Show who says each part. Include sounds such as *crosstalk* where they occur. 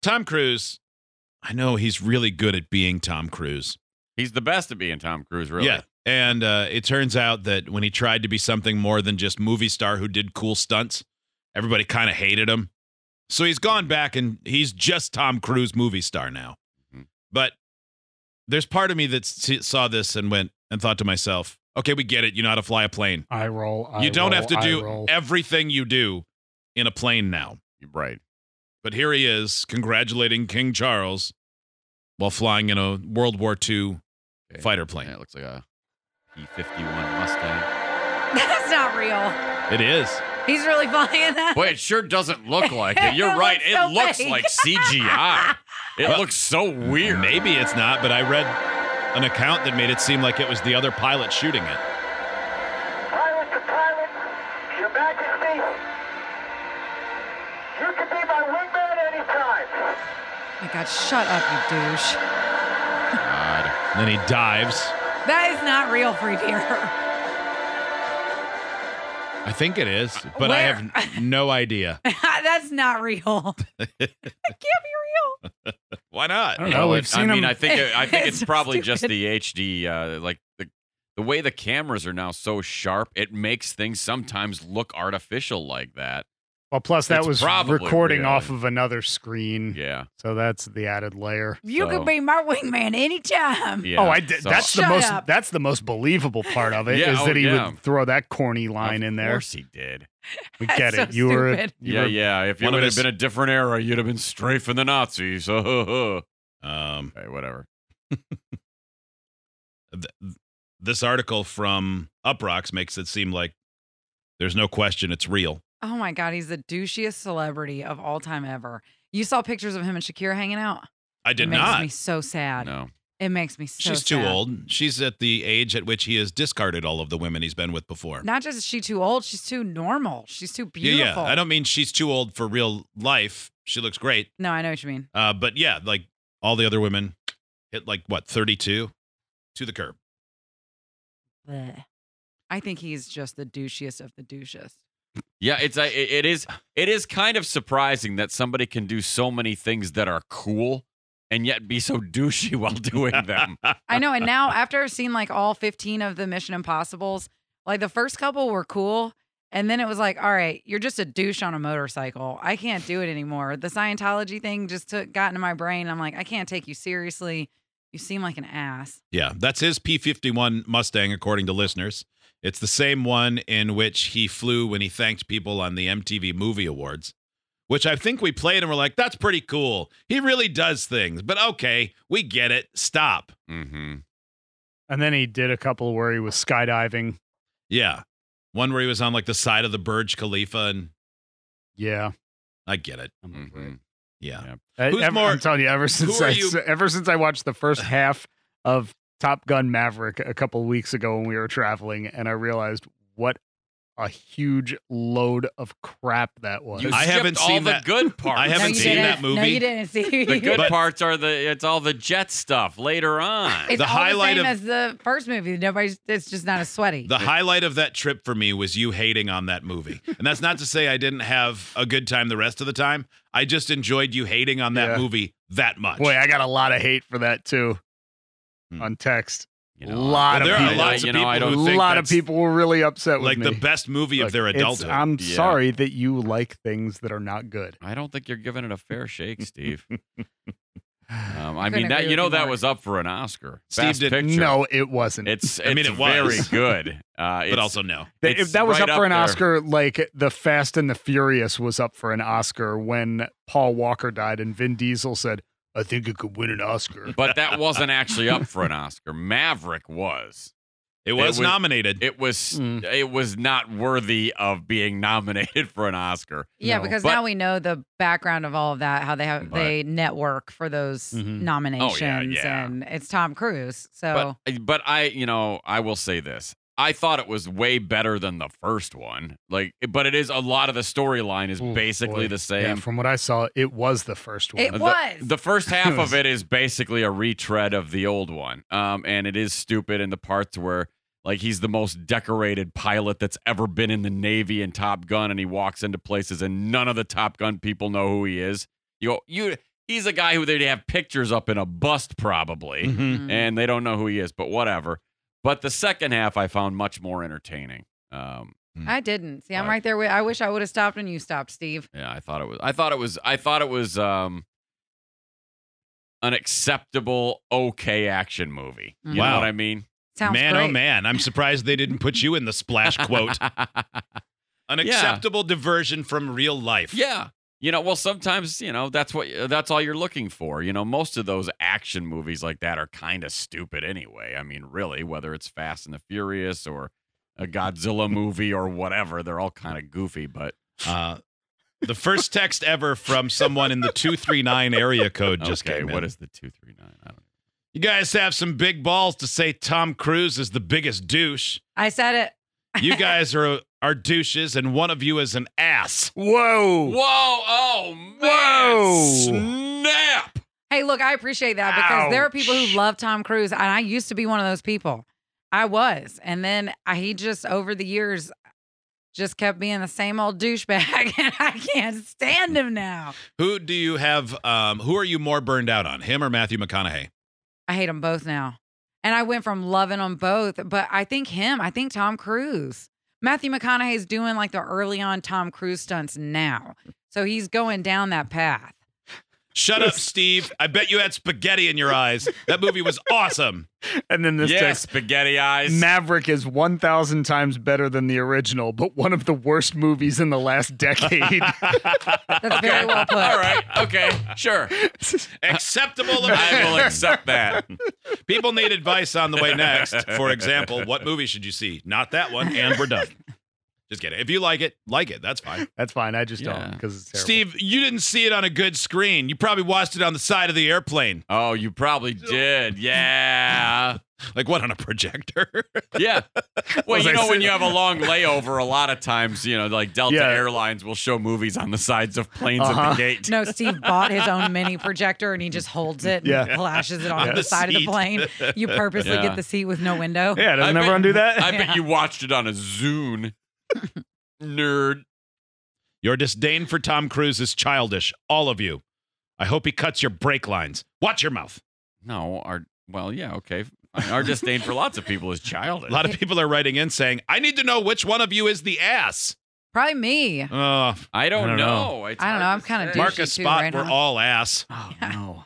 Speaker 1: Tom Cruise, I know he's really good at being Tom Cruise.
Speaker 2: He's the best at being Tom Cruise, really.
Speaker 1: Yeah. And uh, it turns out that when he tried to be something more than just movie star who did cool stunts, everybody kind of hated him. So he's gone back and he's just Tom Cruise movie star now.
Speaker 3: Mm-hmm.
Speaker 1: But there's part of me that s- saw this and went and thought to myself, okay, we get it. You know how to fly a plane.
Speaker 3: I roll. I
Speaker 1: you don't
Speaker 3: roll,
Speaker 1: have to
Speaker 3: I
Speaker 1: do
Speaker 3: roll.
Speaker 1: everything you do in a plane now.
Speaker 2: Right.
Speaker 1: But here he is congratulating King Charles while flying in a World War II
Speaker 2: Okay.
Speaker 1: fighter plane.
Speaker 2: Yeah, it looks like a P 51
Speaker 4: *laughs*
Speaker 2: Mustang.
Speaker 4: That's not real.
Speaker 1: It is.
Speaker 4: He's really buying that.
Speaker 2: Boy, it sure doesn't look like
Speaker 4: *laughs*
Speaker 2: it.
Speaker 4: It
Speaker 2: You're right.
Speaker 4: looks so
Speaker 2: it looks
Speaker 4: fake.
Speaker 2: like CGI. It looks so weird.
Speaker 1: Maybe it's not, but I read an account that made it seem like it was the other pilot shooting it.
Speaker 5: Pilot to pilot, Your Majesty, you can be my wingman anytime.
Speaker 4: Oh my God, shut up, you douche.
Speaker 2: God.
Speaker 1: And then he dives.
Speaker 4: That is not real, Free Peter.
Speaker 1: I think it is, but I
Speaker 4: Where? *laughs*
Speaker 1: have no idea.
Speaker 4: *laughs* That's not real. *laughs* that can't be real.
Speaker 1: Why
Speaker 3: I
Speaker 1: not?
Speaker 3: don't know.
Speaker 2: Well,
Speaker 3: We've
Speaker 2: it-
Speaker 3: seen
Speaker 2: I mean,
Speaker 3: him.
Speaker 2: I think it, I think
Speaker 4: It's
Speaker 2: it's
Speaker 4: so
Speaker 2: probably just
Speaker 4: stupid.
Speaker 2: the HD, uh, like the the way the cameras are now so sharp, it makes things sometimes look artificial like that.
Speaker 3: well, plus that
Speaker 2: it's
Speaker 3: was
Speaker 2: probably
Speaker 3: recording
Speaker 2: real.
Speaker 3: off of another screen,
Speaker 2: Yeah.
Speaker 3: so that's the added layer.
Speaker 4: You
Speaker 2: So-
Speaker 4: could be my wingman anytime.
Speaker 2: Yeah.
Speaker 3: oh, I did.
Speaker 2: so-
Speaker 3: that's the
Speaker 4: Shut
Speaker 3: most.
Speaker 4: up.
Speaker 3: That's the most believable part of it is
Speaker 2: Yeah, oh,
Speaker 3: that he
Speaker 2: yeah.
Speaker 3: would throw that corny line in
Speaker 2: Of
Speaker 3: there.
Speaker 2: course he did.
Speaker 3: We
Speaker 4: *laughs* That's
Speaker 3: get
Speaker 4: so
Speaker 3: it. You were.
Speaker 4: stupid.
Speaker 3: You
Speaker 2: yeah,
Speaker 3: were
Speaker 2: yeah. If it
Speaker 1: One of
Speaker 2: would have
Speaker 1: his-
Speaker 2: been a different era, you'd have been strafing the Nazis. *laughs* okay,
Speaker 1: Um,
Speaker 2: whatever.
Speaker 1: th- this article from Uprocks makes it seem like there's no question it's real.
Speaker 4: Oh my God, he's the douchiest celebrity of all time ever. You saw pictures of him and Shakira hanging out.
Speaker 1: I did
Speaker 4: it makes
Speaker 1: not.
Speaker 4: me so sad.
Speaker 2: No.
Speaker 4: It makes me so
Speaker 1: She's too
Speaker 4: sad.
Speaker 1: old. She's at the age at which he has discarded all of the women he's been with before.
Speaker 4: Not just is she too old, she's too normal. She's too
Speaker 1: Yeah,
Speaker 4: beautiful.
Speaker 1: yeah. I don't mean she's too old for real life. She looks great.
Speaker 4: No, I know what you mean.
Speaker 1: Uh, but yeah, like all the other women hit like what, 32 to the curb.
Speaker 4: Bleh. I think he's just the douchiest of the douchiest.
Speaker 2: Yeah, it's a, it- it is it is kind of surprising that somebody can do so many things that are cool and yet be so douchey while doing
Speaker 1: *laughs*
Speaker 2: them.
Speaker 4: I know. And now, after I've seen like all 15 of the Mission Impossibles, like the first couple were cool. And then it was like, all right, you're just a douche on a motorcycle. I can't do it anymore. The Scientology thing just took, got into my brain. I'm like, I can't take you seriously. You seem like an ass.
Speaker 1: Yeah, that's his P 51 Mustang, according to listeners. It's the same one in which he flew when he thanked people on the MTV Movie Awards, which I think we played and we're like, that's pretty cool. He really does things, but okay, we get it. Stop.
Speaker 2: mm-hmm.
Speaker 3: And then he did a couple where he was skydiving.
Speaker 1: Yeah. One where he was on like the side of the Burj Khalifa, and
Speaker 3: Yeah.
Speaker 1: I get it. Mm-hmm.
Speaker 2: hmm
Speaker 1: Yeah.
Speaker 3: Uh,
Speaker 1: Who's
Speaker 3: ever-
Speaker 1: more-
Speaker 3: I'm telling you, ever since
Speaker 1: are
Speaker 3: I,
Speaker 1: you-
Speaker 3: ever since I watched the first half of Top Gun Maverick a couple weeks ago when we were traveling, and I realized what a huge load of crap that was.
Speaker 2: You
Speaker 1: I
Speaker 2: skipped
Speaker 1: haven't
Speaker 2: all
Speaker 1: seen
Speaker 2: the
Speaker 1: that-
Speaker 2: good parts.
Speaker 1: *laughs* I haven't
Speaker 4: you
Speaker 1: seen
Speaker 4: didn't.
Speaker 1: that movie.
Speaker 4: No, you didn't
Speaker 1: *laughs*
Speaker 4: see.
Speaker 2: The good
Speaker 1: But-
Speaker 2: parts are the it's all the jet stuff later on.
Speaker 4: it's
Speaker 1: the
Speaker 4: all
Speaker 1: highlight
Speaker 4: the same
Speaker 1: of-
Speaker 4: as the first movie. Nobody's. It's just not as sweaty.
Speaker 1: The highlight of that trip for me was you hating on that movie. And that's not to say I didn't have a good time the rest of the time. I just enjoyed you hating on that
Speaker 3: Yeah.
Speaker 1: movie that much.
Speaker 3: Boy, I got a lot of hate for that too
Speaker 1: Hmm.
Speaker 3: on text.
Speaker 2: You know,
Speaker 3: Lot of
Speaker 1: there are
Speaker 3: people-
Speaker 1: lots
Speaker 2: you
Speaker 1: of
Speaker 2: know, I
Speaker 1: people
Speaker 3: A
Speaker 1: who
Speaker 2: don't-
Speaker 1: think
Speaker 3: lot of
Speaker 1: that's,
Speaker 3: people were really upset with
Speaker 1: like
Speaker 3: me.
Speaker 1: the best movie
Speaker 3: Look,
Speaker 1: of their
Speaker 3: it's-
Speaker 1: adulthood.
Speaker 3: I'm
Speaker 2: Yeah.
Speaker 3: sorry that you like things that are not good.
Speaker 2: I don't think you're giving it a fair shake,
Speaker 1: *laughs*
Speaker 2: Steve. Um, I
Speaker 4: Couldn't
Speaker 2: mean that
Speaker 4: agree
Speaker 2: you
Speaker 4: with
Speaker 2: know
Speaker 4: you
Speaker 2: that
Speaker 4: more.
Speaker 2: was up for an Oscar.
Speaker 1: Steve
Speaker 2: Best
Speaker 1: did-
Speaker 2: picture.
Speaker 3: No, it wasn't.
Speaker 2: it's,
Speaker 1: I mean,
Speaker 2: it's
Speaker 1: it was.
Speaker 2: very good. Uh,
Speaker 1: but
Speaker 2: it's-
Speaker 1: also no.
Speaker 3: Th- if
Speaker 2: it's
Speaker 3: that was
Speaker 2: right
Speaker 3: up for an
Speaker 2: there.
Speaker 3: Oscar, like The Fast and the Furious was up for an Oscar when Paul Walker died, and Vin Diesel said, "I think it could win an Oscar."
Speaker 2: but that wasn't actually up for an Oscar. Maverick was.
Speaker 1: It was
Speaker 2: was-
Speaker 1: nominated.
Speaker 2: It was
Speaker 3: Mm.
Speaker 2: it was not worthy of being nominated for an Oscar.
Speaker 4: Yeah,
Speaker 3: No.
Speaker 4: because
Speaker 2: But-
Speaker 4: now we know the background of all of that, how they have they network for those
Speaker 1: Mm-hmm. Oh,
Speaker 3: Mhm.
Speaker 4: nominations,
Speaker 2: yeah.
Speaker 4: and it's Tom Cruise. So
Speaker 2: But but I you know I will say this. I thought it was way better than the first one. Like, but it is a lot of the storyline is
Speaker 3: Ooh,
Speaker 2: basically
Speaker 3: boy.
Speaker 2: the same.
Speaker 3: Yeah, from what I saw, it was the first one.
Speaker 4: It
Speaker 2: The-
Speaker 4: was.
Speaker 2: The, first half of it is basically a retread of the old one. Um, and it is stupid in the parts where like he's the most decorated pilot that's ever been in the Navy and Top Gun, and he walks into places and none of the Top Gun people know who he is. You go, you he's a guy who they'd have pictures up in a bust probably,
Speaker 1: Mhm.
Speaker 4: Mm.
Speaker 2: and they don't know who he is, but whatever. But the second half I found much more entertaining. Um,
Speaker 4: I didn't. See, I'm
Speaker 2: But-
Speaker 4: right there. With, I wish I would have stopped when you stopped, Steve.
Speaker 2: Yeah, I thought it was. I thought it was. I thought it was um an acceptable, okay action movie. You
Speaker 1: Wow.
Speaker 2: know what
Speaker 1: *laughs*
Speaker 2: I mean?
Speaker 4: Sounds
Speaker 1: man,
Speaker 4: great.
Speaker 1: oh man, I'm surprised they didn't put you in the splash
Speaker 2: *laughs*
Speaker 1: quote. An acceptable diversion from real life.
Speaker 2: yeah. You know, well, sometimes you know that's what that's all you're looking for. You know, most of those action movies like that are kind of stupid anyway. I mean, really, whether it's Fast and the Furious or a Godzilla movie or whatever, they're all kind of goofy. But
Speaker 1: Uh, the first text ever from someone in the 239 area code just
Speaker 2: okay,
Speaker 1: came in.
Speaker 2: what is the two three nine? I don't know.
Speaker 1: You guys have some big balls to say Tom Cruise is the biggest douche.
Speaker 4: I said it.
Speaker 1: You guys are are douches, and one of you is an ass.
Speaker 3: Whoa!
Speaker 2: Whoa! Oh
Speaker 3: Whoa.
Speaker 2: man! Snap!
Speaker 4: Hey, look, I appreciate that because there are people
Speaker 3: Ouch.
Speaker 4: who love Tom Cruise, and I used to be one of those people. I was, and then I, he just over the years just kept being the same old douchebag, *laughs* and I can't stand him now.
Speaker 1: Who do you have? Um, who are you more burned out on, him or Matthew McConaughey?
Speaker 4: I hate them both now. And I went from loving them both, but I think him, I think Tom Cruise. Matthew McConaughey's doing like the early on Tom Cruise stunts now. So he's going down that path.
Speaker 1: Shut up, Steve. I bet you had spaghetti in your eyes. That movie was
Speaker 2: *laughs*
Speaker 1: awesome.
Speaker 3: And then this
Speaker 2: yes,
Speaker 3: text:
Speaker 2: spaghetti eyes.
Speaker 3: Maverick is one thousand times better than the original, but one of the worst movies in the last decade.
Speaker 4: That's very well put.
Speaker 2: All right. Okay. Sure.
Speaker 1: Acceptable.
Speaker 2: I
Speaker 1: amount. *laughs*
Speaker 2: will accept that.
Speaker 1: People need advice on the way next. For example, what movie should you see? Not that one, and we're done. Just kidding. If you like it, like it. That's fine.
Speaker 3: That's fine. I just
Speaker 2: Yeah.
Speaker 3: don't because it's terrible.
Speaker 1: Steve, you didn't see it on a good screen. You probably watched it on the side of the airplane.
Speaker 2: Oh, you probably did. Yeah.
Speaker 1: Like what on a projector?
Speaker 2: Yeah. Well,
Speaker 3: Was
Speaker 2: you
Speaker 3: I
Speaker 2: know, when
Speaker 3: sit-
Speaker 2: you have a long layover, a lot of times, you know, like Delta
Speaker 3: Yeah.
Speaker 2: Airlines will show movies on the sides of planes at
Speaker 3: Uh-huh.
Speaker 2: the gate.
Speaker 4: No, Steve bought his own mini projector and he just holds it and
Speaker 3: Yeah.
Speaker 4: flashes it *laughs* on
Speaker 1: Yeah.
Speaker 4: the side of
Speaker 1: Seat.
Speaker 4: the plane. You purposely
Speaker 2: Yeah.
Speaker 4: get the seat with no window.
Speaker 3: yeah, doesn't
Speaker 2: I bet-
Speaker 3: everyone
Speaker 2: *laughs*
Speaker 3: do that?
Speaker 2: I bet you watched it on a Zune. Nerd.
Speaker 1: *laughs* Your disdain for Tom Cruise is childish, all of you. I hope he cuts your brake lines. Watch your mouth.
Speaker 2: No, our, well, yeah, okay. Our disdain for lots of people is childish.
Speaker 1: A lot of people are writing in saying, "I need to know which one of you is the ass."
Speaker 4: Probably me.
Speaker 1: Uh,
Speaker 2: I don't,
Speaker 3: I don't
Speaker 2: know. It's
Speaker 4: I
Speaker 2: hard
Speaker 4: don't know. I'm
Speaker 2: to
Speaker 4: kinda
Speaker 2: say.
Speaker 4: douche-
Speaker 1: mark a
Speaker 4: too,
Speaker 1: spot.
Speaker 4: right
Speaker 1: we're
Speaker 4: now. *laughs*
Speaker 1: all ass.
Speaker 3: Oh no.